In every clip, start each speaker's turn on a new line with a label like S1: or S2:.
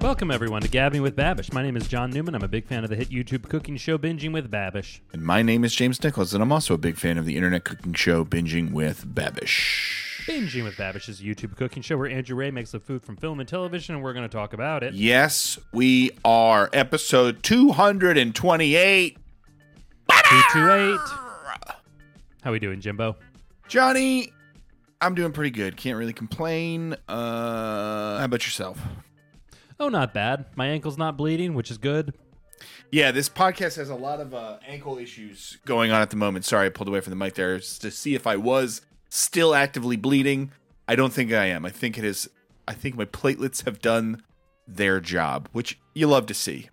S1: Welcome everyone to Gabbing with Babish. My name is John Newman. I'm a big fan of the hit YouTube cooking show Binging with Babish.
S2: And my name is James Nicholas, and I'm also a big fan of the internet cooking show Binging with Babish.
S1: Binging with Babish is a YouTube cooking show where Andrew Ray makes the food from film and television, and we're going to talk about it.
S2: Yes, we are episode 228.
S1: Two two eight. How we doing, Jimbo?
S2: Johnny, I'm doing pretty good. Can't really complain. Uh, how about yourself?
S1: Oh, not bad. My ankle's not bleeding, which is good.
S2: Yeah, this podcast has a lot of uh, ankle issues going on at the moment. Sorry, I pulled away from the mic there just to see if I was still actively bleeding. I don't think I am. I think it is. I think my platelets have done their job, which you love to see.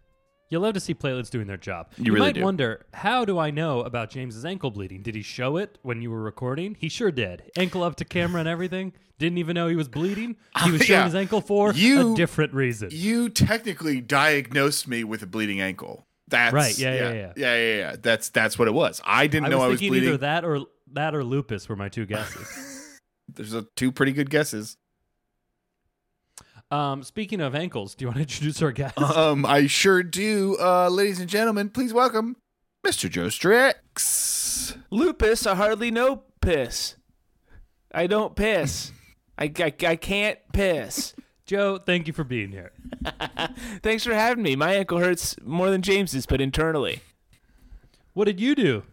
S1: You love to see platelets doing their job. You,
S2: really
S1: might
S2: do.
S1: wonder, how do I know about James's ankle bleeding? Did he show it when you were recording? He sure did. Ankle up to camera and everything. Didn't even know he was bleeding. He was showing
S2: Yeah.
S1: his ankle for a
S2: You-
S1: different reason.
S2: You technically diagnosed me with a bleeding ankle. That's
S1: Right, yeah, yeah, yeah.
S2: yeah, yeah, yeah, yeah. That's that's what it was. I didn't
S1: I
S2: know
S1: was
S2: I was
S1: thinking either
S2: bleeding.
S1: that or that or lupus were my two guesses.
S2: There's a, two pretty good guesses.
S1: um, speaking of ankles, do you want to introduce our guest?
S2: Um, I sure do. Uh, ladies and gentlemen, please welcome Mr. Joe Strix.
S3: Lupus, I hardly know piss. I don't piss. I, I, I can't piss.
S1: Joe, thank you for being here.
S3: Thanks for having me. My ankle hurts more than James's, but internally.
S1: What did you do?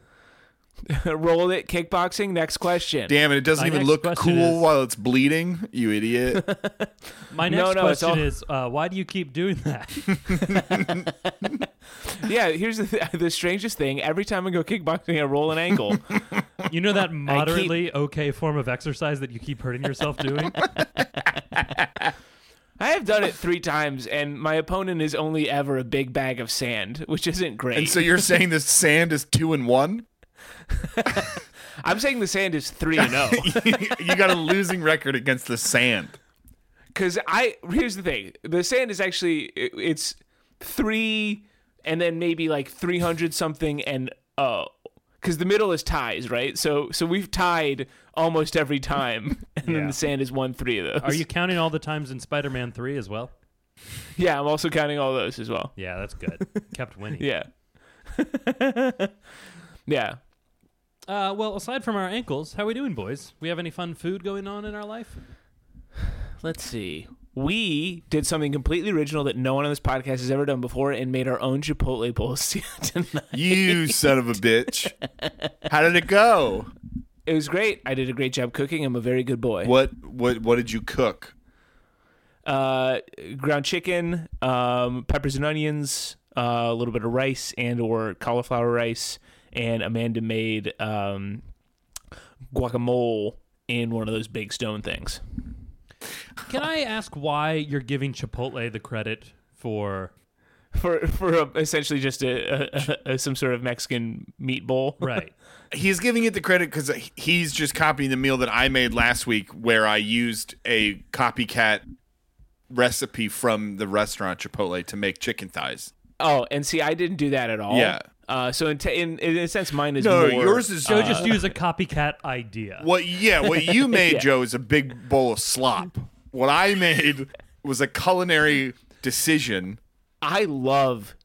S3: Roll it, kickboxing. Next question.
S2: Damn it! It doesn't
S1: My
S2: even
S1: next
S2: look
S1: question
S2: cool
S1: is-
S2: while it's bleeding. You idiot.
S1: My
S3: No,
S1: next
S3: no, it's
S1: question
S3: all-
S1: is, uh, why do you keep doing that?
S3: Yeah, here's the, th- the strangest thing. Every time I go kickboxing, I roll an ankle.
S1: You know that moderately okay form of exercise that you keep hurting yourself doing?
S3: I have done it three times, and my opponent is only ever a big bag of sand, which isn't great.
S2: and so you're saying this sand is two and one?
S3: I'm saying the sand is three and oh.
S2: you got a losing record against the sand.
S3: Because I here's the thing: the sand is actually i- it's three, and then maybe like three hundred something, and oh, because the middle is ties, right? So so we've tied almost every time, and
S1: Yeah.
S3: then the sand is one three of those.
S1: Are you counting all the times in Spider-Man 3 as well?
S3: Yeah, I'm also counting all those as well.
S1: Yeah, that's good. Kept winning.
S3: Yeah, yeah.
S1: Uh, well, aside from our ankles, how we doing, boys? We have any fun food going on in our life?
S3: Let's see. We did something completely original that no one on this podcast has ever done before, and made our own Chipotle bowls tonight.
S2: You son of a bitch. How did it go?
S3: It was great. I did a great job cooking. I'm a very good boy.
S2: What what what did you cook?
S3: uh, ground chicken, um, peppers and onions, uh, a little bit of rice and or cauliflower rice, and Amanda made um, guacamole in one of those big stone things.
S1: Can I ask why you're giving Chipotle the credit for
S3: For for a, essentially just a, a, a, some sort of Mexican meat bowl,
S1: right?
S2: He's giving it the credit because he's just copying the meal that I made last week, where I used a copycat recipe from the restaurant Chipotle to make chicken thighs.
S3: Oh, and see, I didn't do that at all.
S2: Yeah.
S3: Uh, so in, t- in in a sense, mine is
S2: No,
S3: more-
S2: yours is
S1: Joe just use a copycat idea.
S2: uh, what? Yeah, what you made, Joe, is a big bowl of slop. What I made was a culinary decision.
S3: I love,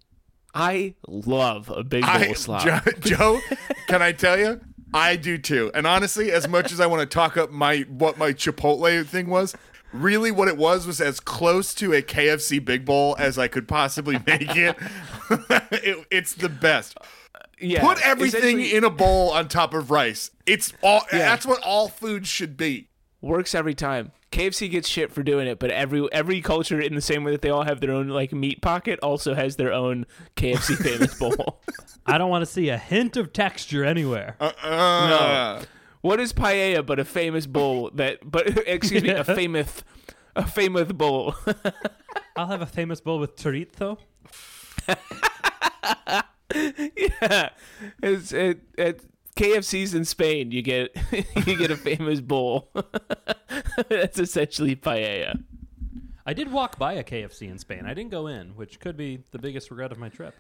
S3: I love a big bowl
S2: I,
S3: of slop.
S2: Joe, Joe, can I tell you? I do too. And honestly, as much as I want to talk up my what my Chipotle thing was, really what it was was as close to a KFC Big Bowl as I could possibly make it. It- it's the best.
S3: yeah,
S2: Put everything
S3: essentially-
S2: in a bowl on top of rice. It's all that's what all food should be.
S3: works every time. KFC gets shit for doing it, but every every culture in the same way that they all have their own like meat pocket also has their own KFC famous bowl.
S1: I don't want to see a hint of texture anywhere.
S2: Uh,
S3: What is paella but a famous bowl that but excuse me,
S1: Yeah.
S3: a famous a famous bowl.
S1: I'll have a famous bowl with chorizo.
S3: yeah. It's it, it KFC's in Spain, you get you get a famous bowl. That's essentially paella.
S1: I did walk by a KFC in Spain. I didn't go in, which could be the biggest regret of my trip.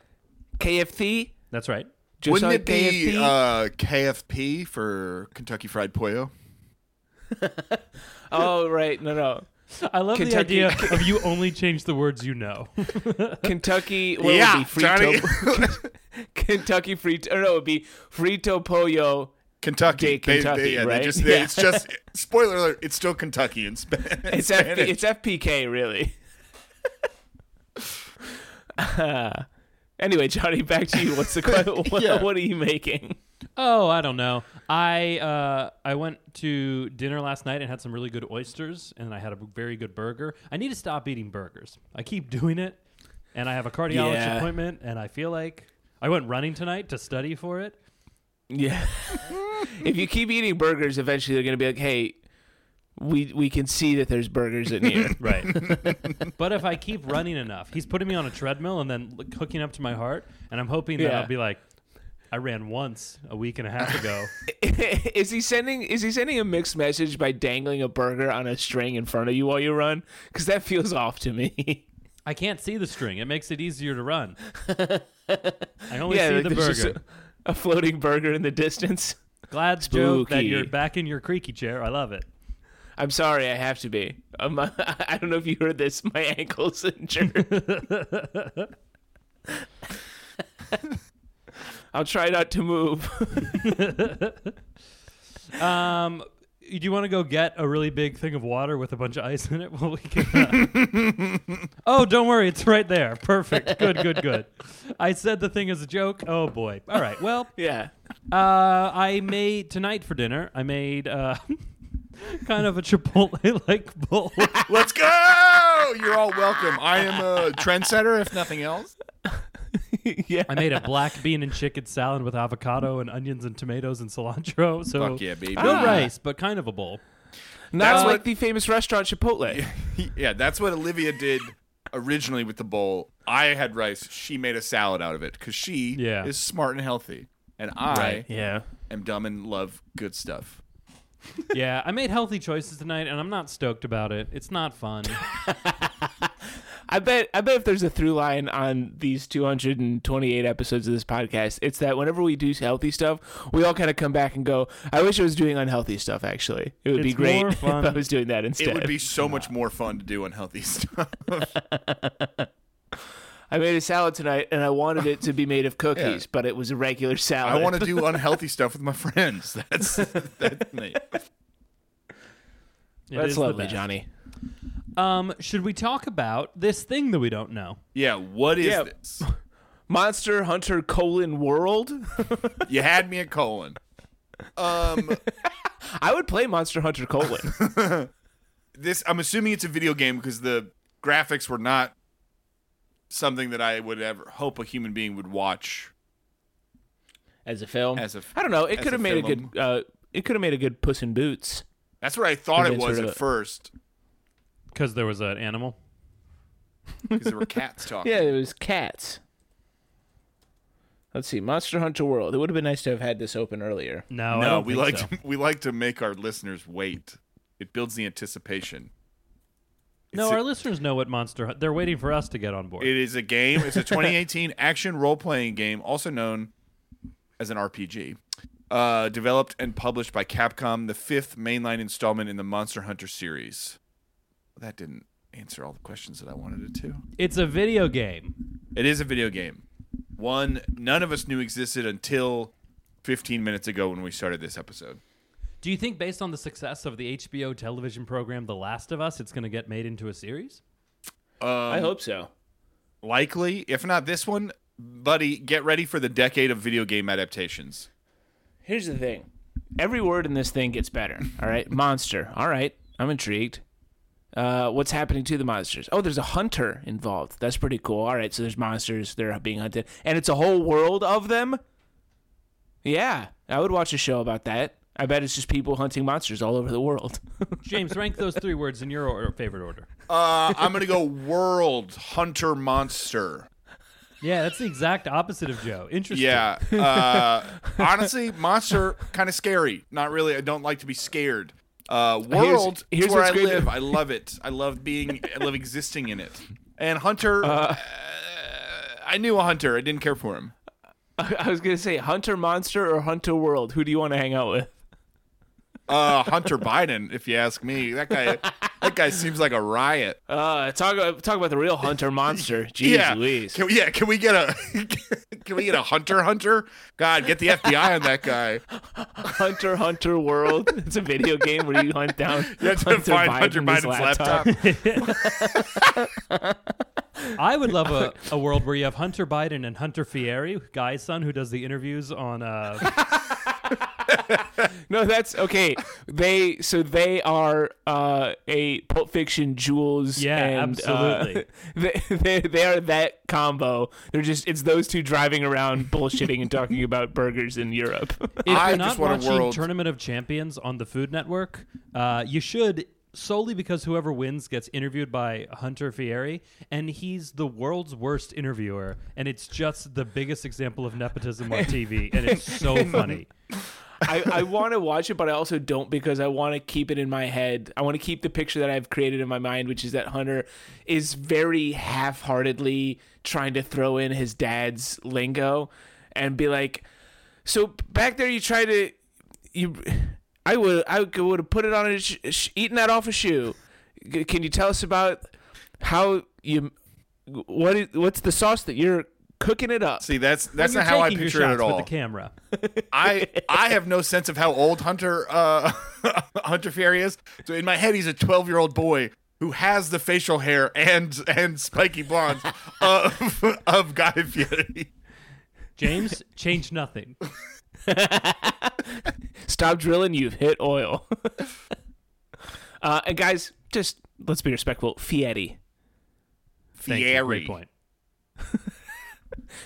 S3: KFC
S1: That's right.
S3: just
S2: Wouldn't
S3: like
S2: it be
S3: KFC.
S2: uh, KFP for Kentucky Fried Pollo?
S3: oh right, no no.
S1: I love
S3: Kentucky-
S1: the idea of you only change the words you know.
S3: Kentucky. What
S2: Yeah,
S3: would it be?
S2: Johnny.
S3: Frito- Kentucky free. Or no, it would be Frito Pollo.
S2: Kentucky.
S3: Day Kentucky, right?
S2: just, they-
S3: Yeah.
S2: It's just spoiler alert. It's still Kentucky in Sp- in
S3: It's FP,
S2: Spanish.
S3: it's FPK really. Uh, anyway, Johnny, back to you. What's the question? What,
S2: Yeah.
S3: what are you making?
S1: Oh, I don't know. I uh, I went to dinner last night and had some really good oysters, and I had a very good burger. I need to stop eating burgers. I keep doing it, and I have a cardiologist
S3: Yeah.
S1: appointment, and I feel like I went running tonight to study for it.
S3: Yeah. if you keep eating burgers, eventually they're gonna be like, "Hey, we we can see that there's burgers in here."
S1: Right. but if I keep running enough, he's putting me on a treadmill and then l- hooking up to my heart, and I'm hoping that
S3: Yeah.
S1: I'll be like, I ran once a week and a half ago.
S3: is he sending is he sending a mixed message by dangling a burger on a string in front of you while you run? Because that feels off to me.
S1: I can't see the string. It makes it easier to run. I only see
S3: like
S1: the
S3: there's just
S1: burger.
S3: A, a floating burger in the distance.
S1: Glad Joe that
S3: Spooky.
S1: you're back in your creaky chair. I love it.
S3: I'm sorry, I have to be. Um, I don't know if you heard this. My ankle's injured. I'll try not to move.
S1: Um, do you want to go get a really big thing of water with a bunch of ice in it while we can? uh, oh, don't worry, it's right there. Perfect. Good, good, good. I said the thing as a joke. Oh boy. All right. Well,
S3: yeah.
S1: uh, I made tonight for dinner. I made uh, kind of a Chipotle like bowl.
S2: Let's go! You're all welcome. I am a trendsetter, if nothing else.
S3: yeah.
S1: I made a black bean and chicken salad with avocado and onions and tomatoes and cilantro. So
S2: Fuck yeah, baby.
S1: no
S2: Ah.
S1: rice, but kind of a bowl.
S3: Not
S2: That's
S3: like
S2: what-
S3: the famous restaurant Chipotle.
S2: Yeah, that's what Olivia did originally with the bowl. I had rice. She made a salad out of it because she
S1: Yeah.
S2: is smart and healthy, and I
S3: yeah.
S2: am dumb and love good stuff.
S1: yeah, I made healthy choices tonight, and I'm not stoked about it. It's not fun.
S3: I bet I bet if there's a through line on these 228 episodes of this podcast, it's that whenever we do healthy stuff, we all kind of come back and go, "I wish I was doing unhealthy stuff." Actually, it would be
S1: It's
S3: great
S1: more fun.
S3: if I was doing that instead.
S2: It would be so much more fun to do unhealthy stuff.
S3: I made a salad tonight, and I wanted it to be made of cookies,
S2: Yeah.
S3: but it was a regular salad.
S2: I want to do unhealthy stuff with my friends. That's that's me.
S1: It
S3: That's
S1: is the
S3: lovely,
S1: best.
S3: Johnny.
S1: Um, should we talk about this thing that we don't know?
S2: Yeah, what is
S3: Yeah.
S2: this?
S3: Monster Hunter colon world.
S2: You had me at colon. Um,
S3: I would play Monster Hunter colon.
S2: this I'm assuming it's a video game because the graphics were not something that I would ever hope a human being would watch
S3: as a film.
S2: as a. f-
S3: I don't know. It
S2: as
S3: could have made a
S2: film.
S3: good. Uh, it could have made a good Puss in Boots.
S2: That's what I thought it
S3: Adventure
S2: was
S3: of
S2: at
S3: it.
S2: first
S1: Because there was an animal.
S2: because there were cats talking.
S3: Yeah, it was cats. Let's see, Monster Hunter World. It would have been nice to have had this open earlier.
S1: No, I
S2: no,
S1: don't
S2: we
S1: think
S2: like
S1: so.
S2: to, we like to make our listeners wait. It builds the anticipation.
S1: No,
S2: It's a-
S1: our listeners know what Monster Hunt. They're waiting for us to get on board.
S2: It is a game. It's a 2018 action role playing game, also known as an RPG. Uh, developed and published by Capcom, the fifth mainline installment in the Monster Hunter series. That didn't answer all the questions that I wanted it to.
S1: it's a video game.
S2: It is a video game. One none of us knew existed until 15 minutes ago when we started this episode.
S1: Do you think, based on the success of the HBO television program The Last of Us, it's going to get made into a series?
S2: Um,
S3: I hope so.
S2: likely, if not this one, buddy, get ready for the decade of video game adaptations.
S3: Here's the thing. Every word in this thing gets better. All right, monster. All right, I'm intrigued. Uh, what's happening to the monsters? Oh, there's a hunter involved. That's pretty cool. All right, so there's monsters. They're being hunted, and it's a whole world of them. Yeah, I would watch a show about that. I bet it's just people hunting monsters all over the world.
S1: James, rank those three words in your or- favorite order.
S2: Uh, I'm gonna go world hunter monster.
S1: Yeah, that's the exact opposite of Joe. Interesting.
S2: Yeah. Uh, honestly, monster kind of scary. Not really. I don't like to be scared. Uh, world
S3: here's
S2: is where
S3: what's
S2: I
S3: great-
S2: live. I love it. I love being. I love existing in it. And hunter. Uh, I knew a hunter. I didn't care for him.
S3: I was gonna say hunter monster or hunter world. Who do you want to hang out with?
S2: Uh, Hunter Biden, if you ask me, that guy. that guy seems like a riot.
S3: Uh, talk talk about the real hunter monster. Jeez
S2: yeah.
S3: Louise.
S2: Can we, yeah, can we get a can we get a hunter hunter? God, get the FBI on that guy.
S3: Hunter Hunter World. It's a video game where you hunt down
S2: You have to find Hunter Biden's
S3: Biden's
S2: laptop.
S1: I would love a, a world where you have Hunter Biden and Hunter Fieri, guy's son who does the interviews on. Uh,
S3: No, that's okay. They so they are uh, a Pulp Fiction Jules.
S1: Yeah,
S3: and, uh,
S1: absolutely.
S3: they, they they are that combo. They're just it's those two driving around bullshitting and talking about burgers in Europe.
S1: if
S2: I
S1: you're not
S2: just want a
S1: watching
S2: world-
S1: Tournament of Champions on the Food Network, uh, you should solely because whoever wins gets interviewed by Hunter Fieri, and he's the world's worst interviewer, and it's just the biggest example of nepotism on TV, and it's so funny.
S3: I, I want to watch it, but I also don't because I want to keep it in my head. I want to keep the picture that I've created in my mind, which is that Hunter is very half heartedly trying to throw in his dad's lingo and be like, So back there, you try to. you, I would I would have put it on a sh- sh- eaten that off a shoe. G- Can you tell us about how you. What is, what's the sauce that you're cooking it up?
S2: See, that's that's
S1: You're
S2: not how I
S1: taking your
S2: picture it
S1: shots
S2: at all.
S1: With the camera.
S2: I I have no sense of how old Hunter uh, Hunter Fury is. So in my head, he's a twelve year old boy who has the facial hair and and spiky blonde of of Guy Fieri.
S1: James, change nothing.
S3: Stop drilling, you've hit oil. uh, and guys, just let's be respectful. Fieri.
S1: Thank you.
S2: Fieri.
S1: Great point.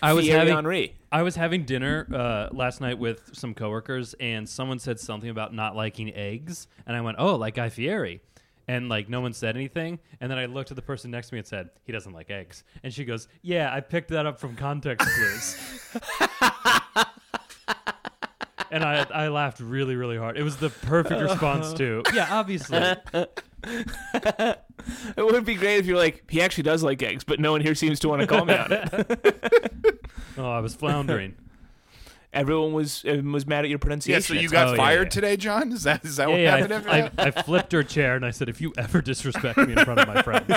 S1: I was
S3: Thierry
S1: having
S3: Henry.
S1: I was having dinner uh, last night with some coworkers, and someone said something about not liking eggs, and I went, "Oh, like Guy Fieri," and like no one said anything, and then I looked at the person next to me and said, "He doesn't like eggs," and she goes, "Yeah, I picked that up from context clues." And I, I laughed really, really hard. It was the perfect response to, yeah, obviously.
S3: It would be great if you're like, he actually does like eggs, but no one here seems to want to call me on it.
S1: Oh, I was floundering.
S3: Everyone was everyone was mad at your
S2: Yeah,
S3: pronunciation.
S2: so you
S3: It's-
S2: got
S1: oh, yeah,
S2: fired
S1: yeah.
S2: today, John? Is that is that what
S1: Yeah,
S2: happened
S1: yeah,
S2: after
S1: I, I,
S2: that?
S1: I flipped her chair and I said, if you ever disrespect me in front of my friends,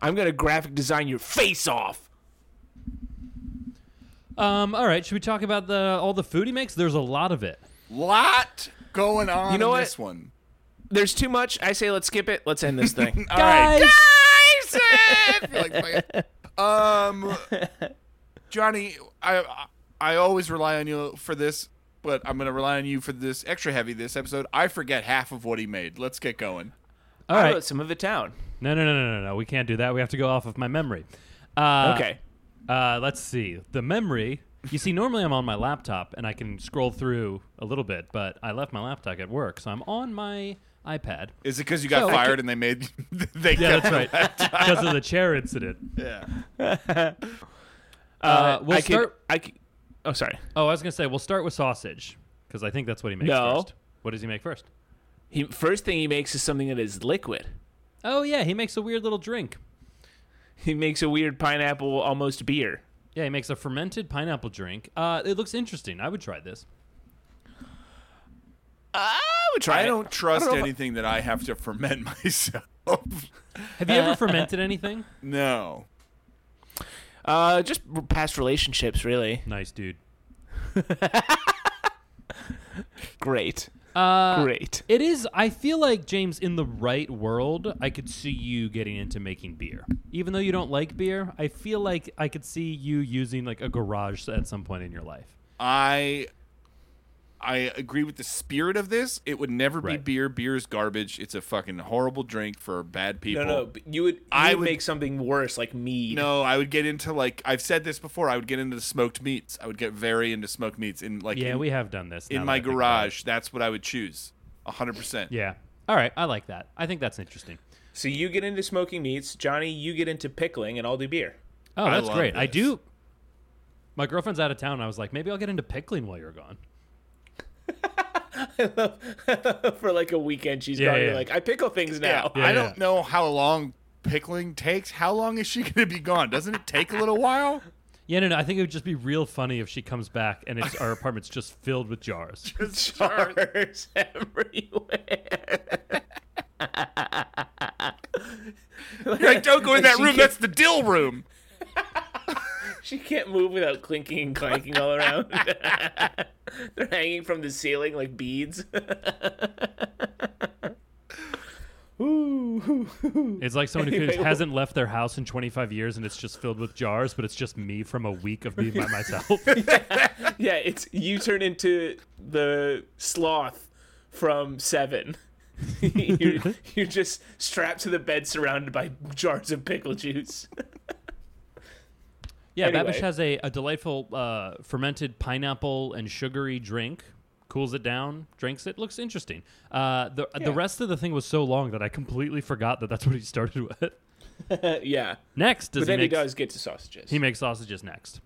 S3: I'm gonna graphic design your face off.
S1: Um, all right, should we talk about the all the food he makes? There's a lot of it.
S2: Lot going on
S3: You know
S2: in
S3: what?
S2: this one.
S3: There's too much. I say let's skip it. Let's end this thing.
S2: All right, guys, I feel like fucking- um, Johnny, I I always rely on you for this, but I'm gonna rely on you for this extra heavy this episode. I forget half of what he made. Let's get going.
S1: All
S3: I
S1: right.
S3: wrote some of it down.
S1: No, no, no, no, no, no. We can't do that. We have to go off of my memory. Uh,
S3: Okay.
S1: Uh, let's see. The memory. You see, normally I'm on my laptop and I can scroll through a little bit, but I left my laptop at work, so I'm on my iPad.
S2: Is it because you got
S1: So-
S2: fired and they made they
S1: Yeah, that's
S2: kept
S1: right. because of the chair incident.
S2: yeah.
S1: Uh, we'll
S3: I could-
S1: start.
S3: I could- oh, sorry.
S1: Oh, I was gonna say we'll start with sausage because I think that's what he makes
S3: No.
S1: first. What does he make first?
S3: He, first thing he makes is something that is liquid.
S1: Oh yeah, he makes a weird little drink.
S3: He makes a weird pineapple almost beer.
S1: Yeah, he makes a fermented pineapple drink. Uh, it looks interesting. I would try this.
S3: I would try.
S2: I
S3: it.
S2: don't trust
S3: know if I-
S2: anything that I have to ferment myself.
S1: Have you ever fermented anything?
S2: no.
S3: Uh, just r- past relationships, really.
S1: Nice, dude.
S3: Great,
S1: Uh,
S3: great.
S1: It is. I feel like James, in the right world, I could see you getting into making beer. Even though you don't like beer, I feel like I could see you using like a garage at some point in your life.
S2: I I agree with the spirit of this. It would never
S1: Right.
S2: be beer. Beer is garbage. It's a fucking horrible drink for bad people.
S3: but you would.
S2: I would-
S3: something worse, like me.
S2: No, I would get into like I've said this before. I would get into the smoked meats. I would get very into smoked meats in like
S1: Yeah,
S2: in,
S1: we have done this now
S2: in
S1: that
S2: my
S1: I think about it.
S2: garage. That's what I would choose. hundred percent.
S1: Yeah. All right, I like that. I think that's interesting.
S3: So you get into smoking meats, Johnny. You get into pickling, and I'll do beer.
S1: Oh,
S2: I
S1: that's
S2: love
S1: great. I
S2: this.
S1: do. My girlfriend's out of town. And I was like, maybe I'll get into pickling while you're gone.
S3: For like a weekend, she's
S1: Yeah,
S3: gone. You're
S1: yeah.
S3: like, I pickle things
S2: Yeah,
S3: now.
S1: Yeah,
S2: I
S1: yeah.
S2: don't know how long pickling takes. How long is she going to be gone? Doesn't it take a little while?
S1: Yeah, no, no. I think it would just be real funny if she comes back and it's our apartment's just filled with jars.
S3: Jars everywhere.
S2: You're like, don't go in that room. That's the dill room.
S3: She can't move without clinking and clanking all around. They're hanging from the ceiling like beads. Ooh.
S1: It's like someone
S3: Anyway,
S1: who
S3: well-
S1: hasn't left their house in 25 years and it's just filled with jars, but it's just me from a week of being by myself.
S3: Yeah, it's you turn into the sloth from Seven. you're, you're just strapped to the bed, surrounded by jars of pickle juice.
S1: Yeah,
S3: Anyway.
S1: Babish has a, a delightful uh, fermented pineapple and sugary drink. Cools it down, drinks it. Looks interesting. Uh, the the
S3: Yeah.
S1: rest of the thing was so long that I completely forgot that that's what he started with.
S3: Uh, yeah,
S1: Next, does
S3: but then
S1: he,
S3: he
S1: make,
S3: does get to sausages.
S1: he makes sausages next.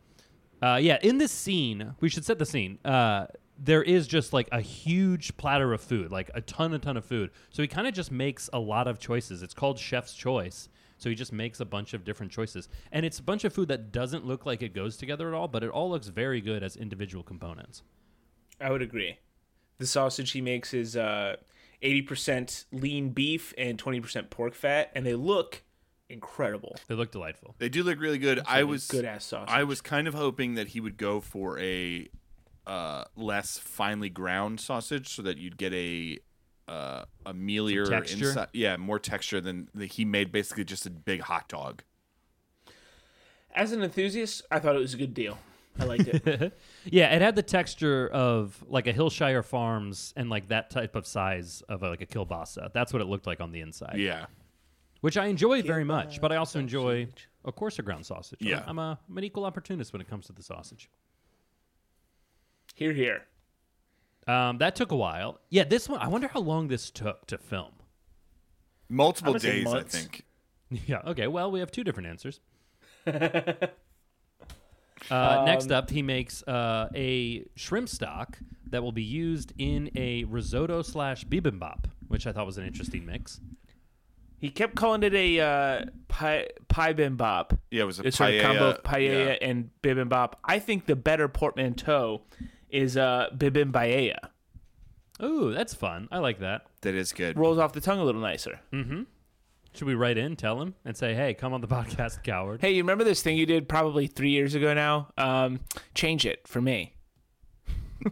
S1: Uh, yeah, in this scene, we should set the scene. Uh, there is just like a huge platter of food, like a ton, a ton of food. So he kind of just makes a lot of choices. It's called Chef's Choice. So he just makes a bunch of different choices. And it's a bunch of food that doesn't look like it goes together at all, but it all looks very good as individual components.
S3: I would agree. The sausage he makes is uh, 80% lean beef and 20% pork fat, and they look incredible.
S1: They look delightful.
S2: They do look really good. I was
S3: Good ass sausage.
S2: I was kind of hoping that he would go for a uh, less finely ground sausage, so that you'd get a uh, a mealier
S1: texture?
S2: inside. Yeah, more texture than the, he made. Basically, just a big hot dog.
S3: As an enthusiast, I thought it was a good deal. I liked it.
S1: Yeah, it had the texture of like a Hillshire Farms and like that type of size of a, like a kielbasa. That's what it looked like on the inside.
S2: Yeah,
S1: which I enjoy very much, but I also enjoy, of course, a ground sausage. I'm-
S2: Yeah.
S1: I'm, a, I'm an equal opportunist when it comes to the sausage.
S3: here, here.
S1: Um, that took a while. Yeah, this one, I wonder how long this took to film.
S2: multiple
S3: gonna say
S2: days. I
S3: months.
S2: think.
S1: Yeah, okay, well, we have two different answers. Uh, next up, he makes uh, a shrimp stock that will be used in a risotto slash bibimbap, which I thought was an interesting mix.
S3: He kept calling it a uh, pie, pie bimbop.
S2: Yeah, it was a
S3: It's sort of combo of
S2: paella, yeah.
S3: paella and bibimbap. I think the better portmanteau is uh, bibimbaella.
S1: Ooh, that's fun. I like that.
S2: That is good.
S3: Rolls off the tongue a little nicer.
S1: Should we write in, tell him, and say, hey, come on the podcast, coward?
S3: Hey, you remember this thing you did probably three years ago now? Um, change it for me.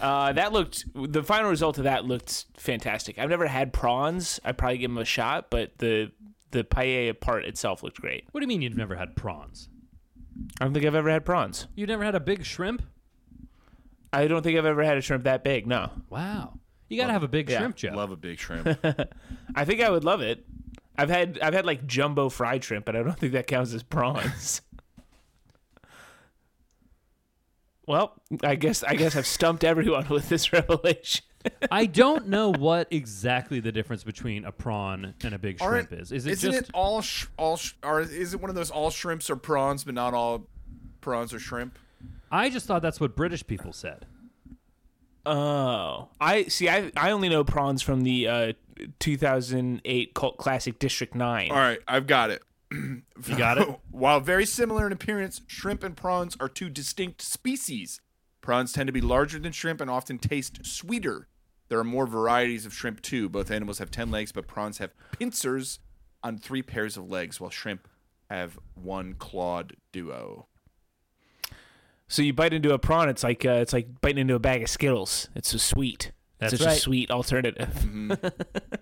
S3: uh, that looked the final result of that looked fantastic. I've never had prawns. I probably give them a shot, but the the paella part itself looked great.
S1: What do you mean you've never had prawns?
S3: I don't think I've ever had prawns.
S1: You never had a big shrimp?
S3: I don't think I've ever had a shrimp that big. No,
S1: Wow. You gotta have a big
S3: yeah.
S1: shrimp, Joe.
S2: Love a big shrimp.
S3: I think I would love it. I've had I've had like jumbo fried shrimp, but I don't think that counts as prawns. well, I guess I guess I've stumped everyone with this revelation.
S1: I don't know what exactly the difference between a prawn and a big shrimp is. Is it
S2: isn't
S1: just
S2: it all sh- all sh- or is it one of those all shrimps or prawns, but not all prawns or shrimp?
S1: I just thought that's what British people said.
S3: Oh, I see. I I only know prawns from the uh, 2008 cult classic District Nine.
S2: All right, I've got it.
S1: You got it?
S2: While very similar in appearance, shrimp and prawns are two distinct species. Prawns tend to be larger than shrimp and often taste sweeter. There are more varieties of shrimp too. Both animals have 10 legs, but prawns have pincers on three pairs of legs, while shrimp have one clawed duo.
S3: So you bite into a prawn, it's like uh, it's like biting into a bag of Skittles. It's so sweet.
S1: That's
S3: Such
S1: right.
S3: a sweet alternative.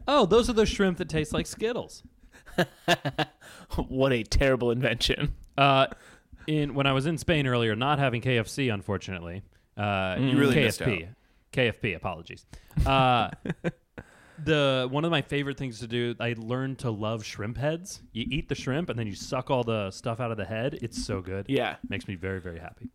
S1: Oh, those are those shrimp that taste like Skittles.
S3: what a terrible invention.
S1: Uh, in when I was in Spain earlier, not having KFC, unfortunately. Uh, you
S2: Mm. really missed
S1: KFP. KFP, apologies. Uh, the one of my favorite things to do. I learned to love shrimp heads. You eat the shrimp and then you suck all the stuff out of the head. It's so good.
S3: Yeah.
S1: makes me very very happy.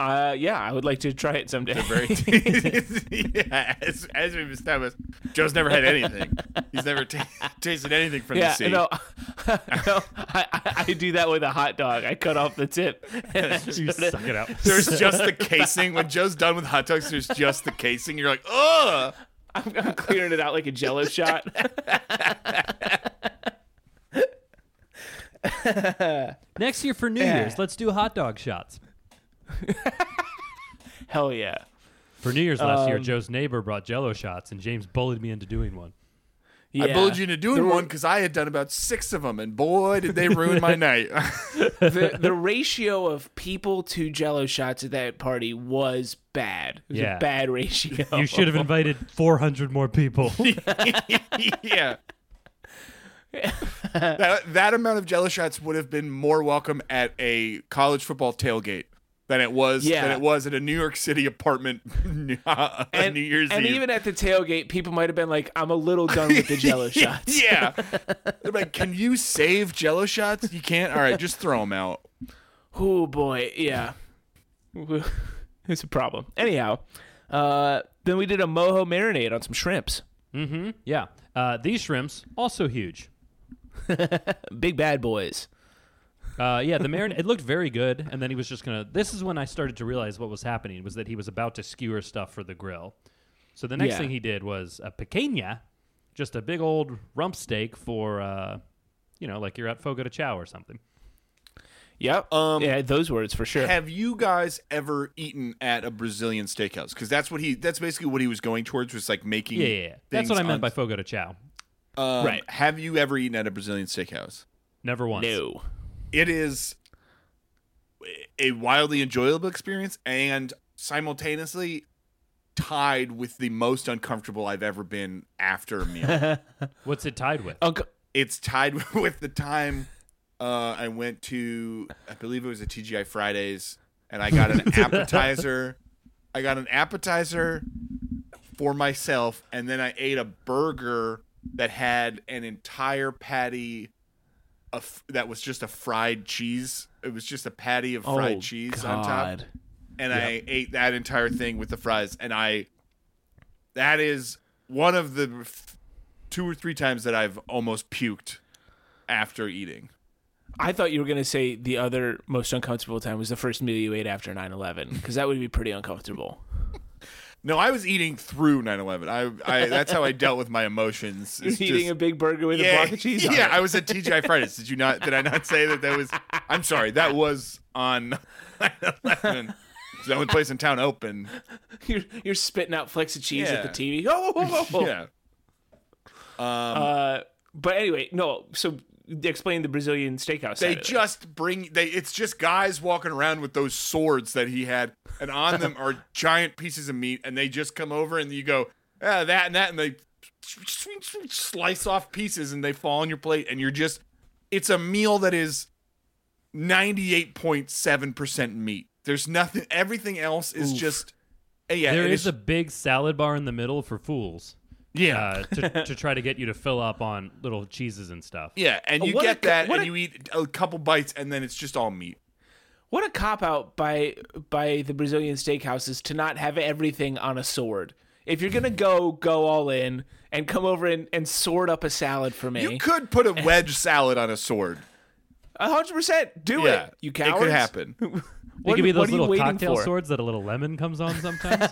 S3: Uh, yeah, I would like to try it someday.
S2: Very yeah, as, as we've established, Joe's never had anything. He's never ta tasted anything from the
S3: yeah,
S2: sea.
S3: no, no I, I, I do that with a hot dog. I cut off the tip.
S1: You suck it out.
S2: There's just the casing. When Joe's done with hot dogs, there's just the casing. You're like, ugh.
S3: I'm, I'm clearing it out like a jello shot.
S1: Next year for New Year's, let's do hot dog shots.
S3: Hell yeah.
S1: For New Year's last year,
S3: Um,
S1: Joe's neighbor brought Jello shots, and James bullied me into doing one.
S2: I
S3: Yeah.
S2: bullied you into doing
S3: There were-
S2: one because I had done about six of them, and boy, did they ruin my night.
S3: the, the ratio of people to jello shots at that party was bad. It was
S1: Yeah.
S3: a bad ratio.
S1: You should have invited 400 more people.
S2: yeah. that, that amount of jello shots would have been more welcome at a college football tailgate than it was than
S3: Yeah.
S2: it was at a New York City apartment on
S3: and,
S2: New Year's
S3: and
S2: Eve.
S3: even at the tailgate, people might have been like, I'm a little done with the jello shots.
S2: yeah. They're like, can you save jello shots? You can't? All right, just throw them out.
S3: Oh boy, yeah. it's a problem. Anyhow, uh, then we did a mojo marinade on some shrimps.
S1: mm-hmm. Yeah. Uh, these shrimps, also huge.
S3: Big bad boys.
S1: Uh, yeah, the marin. it looked very good, and then he was just gonna. This is when I started to realize what was happening was that he was about to skewer stuff for the grill. So the next
S3: Yeah.
S1: thing he did was a picanha, just a big old rump steak for, uh, you know, like you're at Fogo de Chao or something.
S3: Yep.
S2: Um,
S3: yeah, those words for sure.
S2: Have you guys ever eaten at a Brazilian steakhouse? Because that's what he that's basically what he was going towards was like making
S1: Yeah, yeah, yeah. that's
S2: things
S1: what I
S2: on-
S1: meant by Fogo de Chao.
S2: um,
S3: Right.
S2: Have you ever eaten at a Brazilian steakhouse?
S1: Never once.
S3: no.
S2: It is a wildly enjoyable experience and simultaneously tied with the most uncomfortable I've ever been after a meal.
S1: What's it tied with?
S3: Uncle.
S2: it's tied with the time uh, I went to, I believe it was a TGI Fridays, and I got an appetizer. I got an appetizer for myself, and then I ate a burger that had an entire patty of that was just a fried cheese. It was just a patty of fried
S3: Oh,
S2: cheese
S3: God.
S2: on top and I ate that entire thing with the fries. And I, that is one of the f- two or three times that I've almost puked after eating.
S3: I thought you were going to say the other most uncomfortable time was the first meal you ate after 9 11, because that would be pretty uncomfortable.
S2: No, I was eating through 9/11. I, I that's how I dealt with my emotions. It's
S3: Eating
S2: just-
S3: a big burger with a block of cheese on
S2: yeah.
S3: it.
S2: I was at TGI Fridays. Did you not? Did I not say that that was? I'm sorry. That was on 9/11. It's the only place in town open.
S3: You're, you're spitting out flecks of cheese
S2: Yeah.
S3: at the TV. Oh, whoa, whoa, whoa.
S2: Yeah.
S3: Uh, but anyway, no. So explain the Brazilian steakhouse. side
S2: They
S3: of it.
S2: just bring they it's just guys walking around with those swords that he had and on them are giant pieces of meat and they just come over and you go ah, that and that and they slice off pieces and they fall on your plate and you're just it's a meal that is 98.7% meat. There's nothing everything else is just eh, yeah,
S1: There
S2: it
S1: is a big salad bar in the middle for fools.
S2: yeah.
S1: Uh, to, to try to get you to fill up on little cheeses and stuff.
S2: yeah, and you
S3: What a
S2: get
S3: co-
S2: that
S3: what
S2: and
S3: a-
S2: you eat a couple bites and then it's just all meat.
S3: What a cop out by by the Brazilian steakhouses to not have everything on a sword. If you're gonna go, go all in and come over and, and sword up a salad for
S2: You
S3: me.
S2: could put a
S3: Eh?
S2: wedge salad on a sword.
S3: A hundred percent, do
S2: Yeah,
S3: it. You
S2: It
S3: cowards.
S2: could happen.
S1: They
S3: What-
S1: give you
S3: what
S1: those
S3: are you
S1: little
S3: waiting
S1: cocktail
S3: for?
S1: swords that a little lemon comes on sometimes.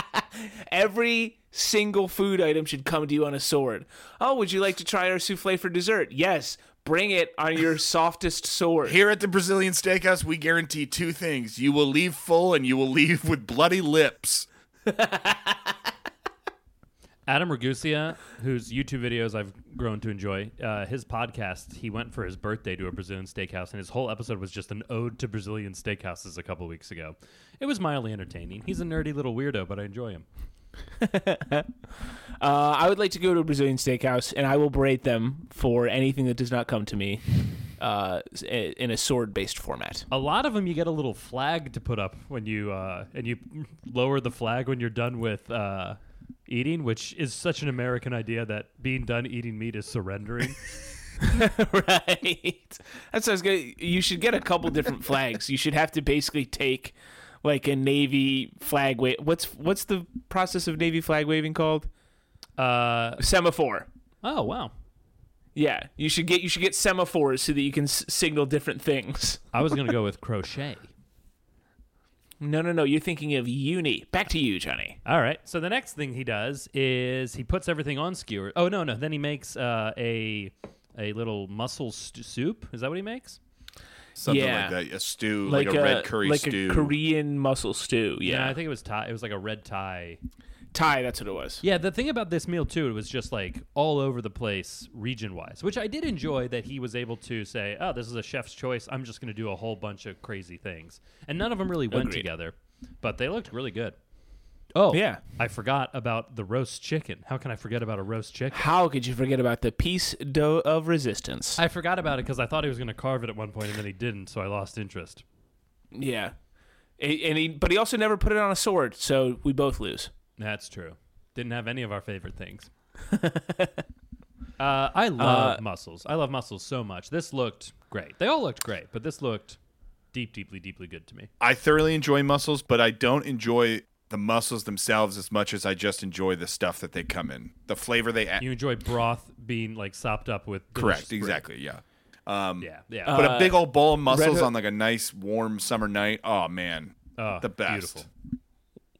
S3: Every single food item should come to you on a sword. Oh, would you like to try our souffle for dessert? Yes. Bring it on your softest sword.
S2: Here at the Brazilian Steakhouse, we guarantee two things: you will leave full, and you will leave with bloody lips.
S1: Adam Ragusia, whose YouTube videos I've grown to enjoy, uh, his podcast, he went for his birthday to a Brazilian steakhouse, and his whole episode was just an ode to Brazilian steakhouses a couple weeks ago. It was mildly entertaining. He's a nerdy little weirdo, but I enjoy him.
S3: Uh, I would like to go to a Brazilian steakhouse, and I will berate them for anything that does not come to me uh, s- in a sword-based format.
S1: A lot of them, you get a little flag to put up when you uh, and you lower the flag when you're done with uh, eating, which is such an American idea that being done eating meat is surrendering.
S3: right. That's what I was gonna. You should get a couple different flags. You should have to basically take like a navy flag wave. What's what's the process of navy flag waving called?
S1: uh,
S3: Semaphore.
S1: oh wow.
S3: Yeah, you should get you should get semaphores so that you can s- signal different things.
S1: I was gonna go with crochet.
S3: No, no, no. You're thinking of uni. Back to you, Johnny.
S1: All right. So the next thing he does is he puts everything on skewer. Oh no, no. Then he makes uh, a a little mussel st- soup. Is that what he makes?
S2: Something
S3: Yeah.
S2: like that, a stew, like, a, red curry
S3: like
S2: stew.
S3: a Korean mussel stew. Yeah,
S1: I think it was Thai. It was like a red Thai.
S3: Thai, that's what it was.
S1: Yeah, the thing about this meal too, it was just like all over the place, region wise, which I did enjoy that he was able to say, "Oh, this is a chef's choice. I'm just going to do a whole bunch of crazy things," and none of them really went
S3: Agreed.
S1: together, but they looked really good. Oh
S3: Yeah.
S1: I forgot about the roast chicken. How can I forget about a roast chicken?
S3: How could you forget about the piece d'oeuvre of resistance?
S1: I forgot about it because I thought he was going to carve it at one point, and then he didn't, so I lost interest.
S3: yeah. A- And he, but he also never put it on a sword, so we both lose.
S1: That's true. Didn't have any of our favorite things. uh, I love mussels. I love mussels so much. This looked great. They all looked great, but this looked deep, deeply, deeply good to me.
S2: I thoroughly enjoy mussels, but I don't enjoy the mussels themselves as much as I just enjoy the stuff that they come in, the flavor they add.
S1: You enjoy broth being like sopped up with delicious
S2: Correct, Uh,
S1: fruit.
S2: exactly, yeah.
S1: Yeah, yeah.
S2: But a big old bowl of mussels
S3: Hot-
S2: on like a nice warm summer night. Oh man,
S1: Oh,
S2: the best.
S1: Beautiful.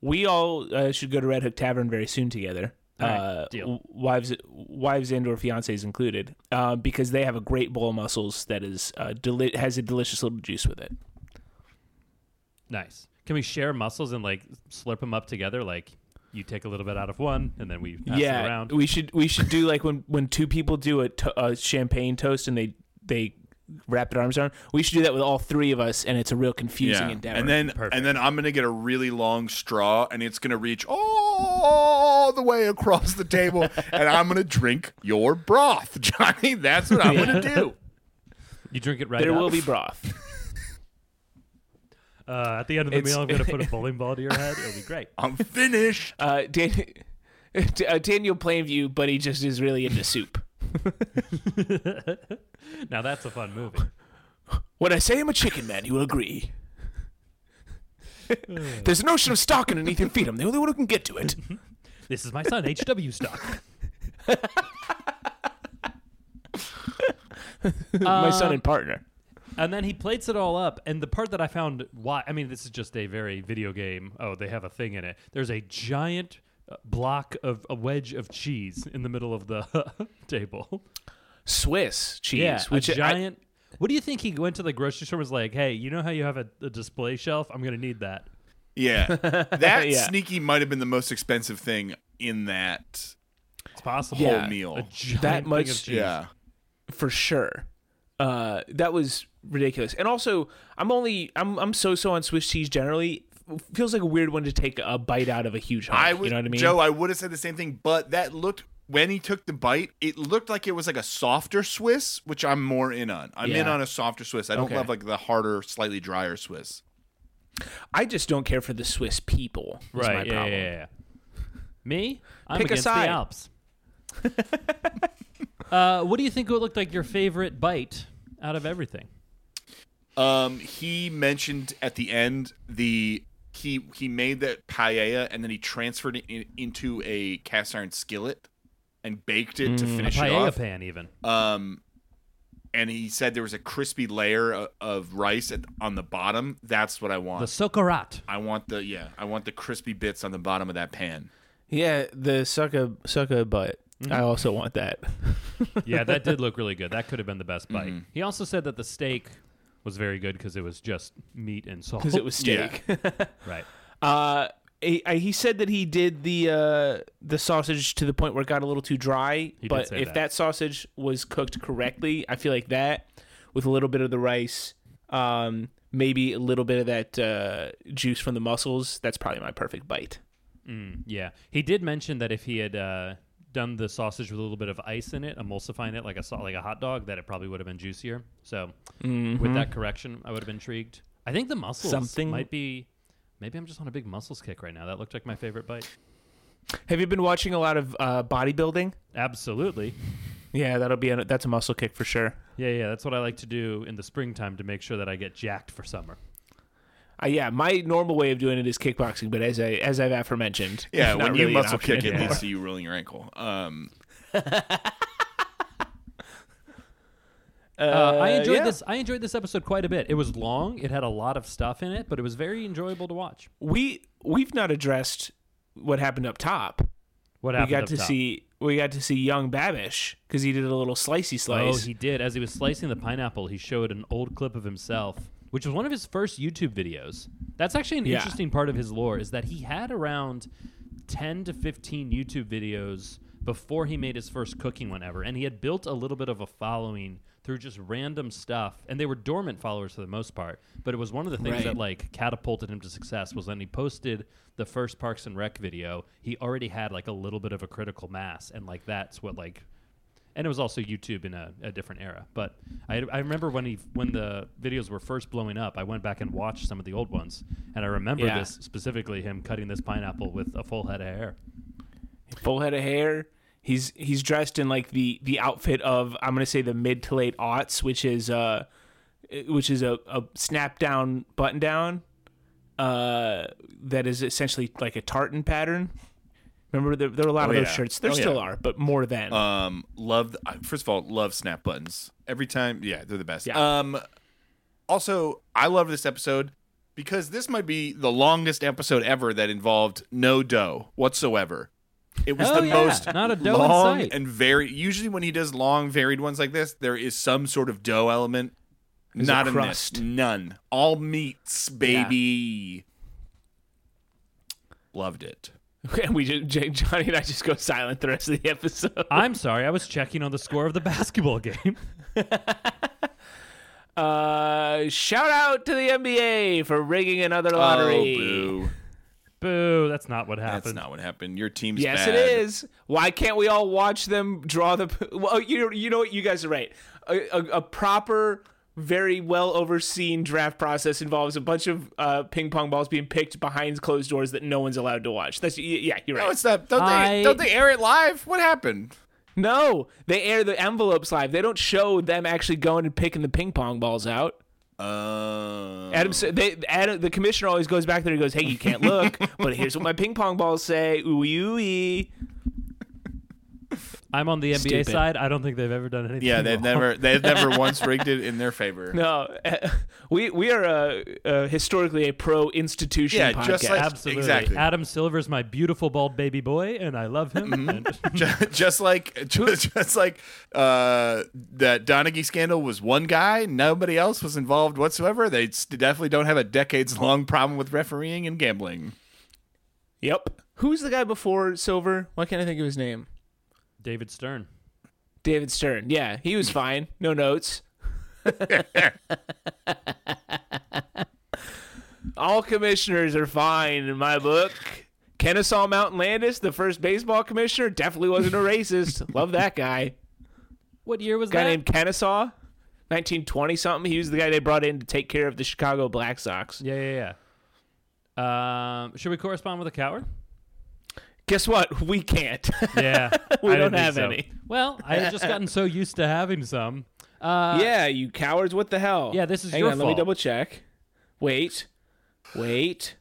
S3: We all uh, should go to Red Hook Tavern very soon together.
S1: All right,
S3: uh,
S1: deal.
S3: w- wives, wives and/or fiancés included, uh, because they have a great bowl of mussels that is uh, deli- has a delicious little juice with it.
S1: Nice. Can we share mussels and like slurp them up together? Like you take a little bit out of one, and then we pass
S3: yeah,
S1: it around.
S3: we should we should do like when when two people do a, to- a champagne toast and they they wrap their arms around. We should do that with all three of us, and it's a real confusing
S2: Yeah.
S3: endeavor.
S2: And then
S1: Perfect.
S2: and then I'm gonna get a really long straw and it's gonna reach all the way across the table and I'm gonna drink your broth, Johnny. That's what I'm gonna do.
S1: You drink it right.
S3: there
S1: up.
S3: will be broth.
S1: Uh, at the end of the
S3: It's-
S1: meal, I'm going to put a bowling ball to your head. It'll be great.
S2: I'm finished.
S3: Uh, Dan- uh, Daniel Plainview, but he just is really into soup.
S1: Now that's a fun movie.
S3: When I say I'm a chicken man, you will agree. There's an ocean of stock underneath your feet. I'm the only one who can get to it.
S1: This is my son, H.W. Stock.
S3: My son and partner.
S1: And then he plates it all up. And the part that I found why I mean, this is just a very video game. Oh, they have a thing in it. There's a giant uh, block of a wedge of cheese in the middle of the table.
S3: Swiss cheese,
S1: a
S3: which I-
S1: giant. what do you think he went to the grocery store and was like, hey, you know how you have a, a display shelf? I'm going to need that.
S2: Yeah. That
S3: Yeah.
S2: sneaky might have been the most expensive thing in that
S1: It's possible.
S3: Yeah.
S2: whole meal.
S1: A giant
S3: That
S1: thing
S3: much-
S1: of cheese.
S2: Yeah.
S3: for sure. Uh, that was ridiculous. And also, I'm only I'm I'm so so on Swiss cheese generally. F- Feels like a weird one to take a bite out of a huge hunk.
S2: I would,
S3: you know what I mean?
S2: Joe, I would have said the same thing, but that looked when he took the bite, it looked like it was like a softer Swiss, which I'm more in on. I'm in
S3: Yeah.
S2: on a softer Swiss. I don't
S3: Okay.
S2: love like the harder, slightly drier Swiss.
S3: I just don't care for the Swiss people. is
S1: Right.
S3: my
S1: yeah,
S3: problem.
S1: yeah, yeah. Me? I'm
S3: Pick a
S1: against
S3: side.
S1: the Alps. uh, what do you think would look like your favorite bite out of everything?
S2: Um, he mentioned at the end the he he made that paella and then he transferred it in, into a cast iron skillet and baked it
S3: Mm,
S2: to finish it
S1: Paella
S2: off.
S1: pan, even.
S3: Uh,
S2: Um, and he said there was a crispy layer of, of rice at, on the bottom. That's what I want.
S1: the socarat.
S2: I want the yeah, I want the crispy bits on the bottom of that pan.
S3: Yeah, the sucker sucker butt. I also want that.
S1: yeah, that did look really good. That could have been the best
S3: Mm-hmm.
S1: bite. He also said that the steak was very good because it was just meat and salt.
S3: because it was steak.
S1: right.
S3: uh, he, I, he said that he did the uh, the sausage to the point where it got a little too dry.
S1: did
S3: but
S1: say
S3: if
S1: that.
S3: that. sausage was cooked correctly, I feel like that with a little bit of the rice, um, maybe a little bit of that uh, juice from the mussels. That's probably my perfect bite.
S1: Mm, Yeah, he did mention that if he had uh, done the sausage with a little bit of ice in it, emulsifying it like a sa- like a hot dog, that it probably would have been juicier. So, with that correction, I would have been intrigued. I think the mussels
S3: Mm-hmm. Something-
S1: might be. Maybe I'm just on a big mussels kick right now. That looked like my favorite bite.
S3: Have you been watching a lot of uh, bodybuilding?
S1: Absolutely.
S3: Yeah, that'll be a, that's a muscle kick for sure.
S1: Yeah, yeah. That's what I like to do in the springtime to make sure that I get jacked for summer.
S3: Uh, yeah, my normal way of doing it is kickboxing, but as I as I've aforementioned,
S2: Yeah,
S3: it's not
S2: when
S3: really
S2: you
S3: an
S2: muscle
S3: option
S2: kick it
S3: anymore.
S2: leads to you rolling your ankle. Um,
S1: Uh, I enjoyed
S3: yeah.
S1: this. I enjoyed this episode quite a bit. It was long. It had a lot of stuff in it, but it was very enjoyable to watch.
S3: we we've not addressed what happened up top.
S1: What
S3: We
S1: happened?
S3: got
S1: up
S3: to
S1: top?
S3: see we got to see young Babish because he did a little slicey
S1: Oh,
S3: slice.
S1: he did. As he was slicing the pineapple, he showed an old clip of himself, which was one of his first YouTube videos. That's actually an
S3: Yeah.
S1: interesting part of his lore is that he had around 10 to 15 YouTube videos before he made his first cooking one ever. And he had built a little bit of a following through just random stuff. And they were dormant followers for the most part. But it was one of the things
S3: Right.
S1: that like catapulted him to success was when he posted the first Parks and Rec video, he already had like a little bit of a critical mass. And like that's what like and it was also YouTube in a, a different era. But I, I remember when he when the videos were first blowing up, I went back and watched some of the old ones, and I remember
S3: Yeah.
S1: this specifically him cutting this pineapple with a full head of hair.
S3: full head of hair. He's he's dressed in like the the outfit of I'm gonna say the mid to late aughts, which is uh, which is a, a snap down button down, uh, that is essentially like a tartan pattern. Remember there, there were a lot
S2: Oh,
S3: of those
S2: yeah.
S3: shirts. There
S2: Oh,
S3: still
S2: yeah.
S3: are, but more than
S2: Um, love. I- First of all, love snap buttons every time. Yeah, they're the best.
S3: Yeah.
S2: Um, also, I love this episode because this might be the longest episode ever that involved no dough whatsoever. It was
S1: Oh,
S2: the
S1: yeah.
S2: most
S1: Not a dough in
S2: long
S1: sight.
S2: and very. Usually, when he does long varied ones like this, there is some sort of dough element.
S3: a
S2: Not in this.
S3: crust.
S2: None. All meats, baby. Loved it.
S3: and we just J- Johnny and I just go silent the rest of the episode.
S1: I'm sorry, I was checking on the score of the basketball game.
S3: Uh, shout out to the NBA for rigging another lottery.
S2: Oh, boo.
S1: Boo, that's not what happened.
S2: That's not what happened. Your team's
S3: Yes,
S2: bad.
S3: it is. Why can't we all watch them draw the? Well, you you know what? You guys are right. A, a, a proper, very well overseen draft process involves a bunch of uh, ping pong balls being picked behind closed doors that no one's allowed to watch. That's y- yeah, you're
S2: No,
S3: right.
S2: it's not. Don't
S1: I-
S2: they? Don't they air it live? What happened?
S3: No, they air the envelopes live. They don't show them actually going and picking the ping pong balls out.
S2: Uh,
S3: Adam, sa- they, Adam, the commissioner always goes back there and goes, "Hey, you can't look, but here's what my ping pong balls say." Ooey ooey.
S1: I'm on the NBA
S3: Stupid.
S1: side. I don't think they've ever done anything.
S2: yeah, they've
S1: wrong.
S2: never, they've never once rigged it in their favor.
S3: No, we we are uh, uh, historically a pro institution
S2: Yeah,
S3: podcast.
S2: just like-
S1: Absolutely.
S2: Exactly.
S1: Adam Silver's my beautiful bald baby boy, and I love him.
S2: Mm-hmm.
S1: And-
S2: Ju- just like, just, just like uh, that Donaghy scandal was one guy, nobody else was involved whatsoever. They s- definitely don't have a decades-long problem with refereeing and gambling.
S3: yep. Who's the guy before Silver? Why can't I think of his name?
S1: David Stern.
S3: David Stern. Yeah, he was fine. No notes. All commissioners are fine in my book. Kennesaw Mountain Landis, the first baseball commissioner, definitely wasn't a racist. Love that guy.
S1: What year was
S3: Guy
S1: that?
S3: named Kennesaw, 1920 something. He was the guy they brought in to take care of the Chicago Black Sox.
S1: yeah, yeah, yeah. Um, should we correspond with a coward?
S3: Guess what? We can't.
S1: Yeah,
S3: We
S1: I didn't
S3: don't
S1: think
S3: have
S1: so.
S3: any.
S1: Well, I had just gotten so used to having some. Uh,
S3: yeah, you cowards. What the hell?
S1: Yeah, this is
S3: Hang
S1: your
S3: on, Let
S1: fault.
S3: me double check. Wait. Wait.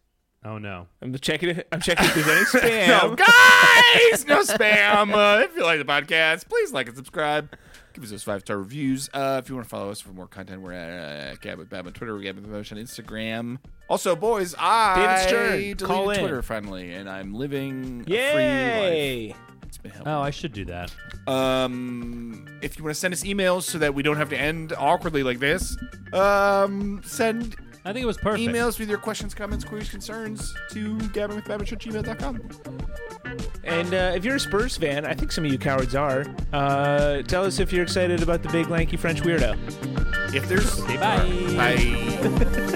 S1: Oh no.
S3: I'm checking. If, I'm checking if there's any spam.
S2: No, guys, no spam. Uh, if you like the podcast, please like and subscribe. Give us those five star reviews. Uh, if you want to follow us for more content, we're at uh, Gab with Bab on Twitter, Gab with Promotion, Instagram. Also, boys, I
S3: David Stern,
S2: deleted
S3: call in.
S2: Twitter finally, and I'm living a free life.
S3: Yay!
S2: It's been hell.
S1: Oh, I should do that.
S2: Um, if you want to send us emails so that we don't have to end awkwardly like this, um, send
S1: I think it was perfect.
S2: emails with your questions, comments, queries, concerns to gabbing with Babbage at gmail.com.
S3: And uh, if you're a Spurs fan, I think some of you cowards are. Uh, tell us if you're excited about the big lanky French weirdo.
S2: If there's.
S1: bye.
S2: Bye.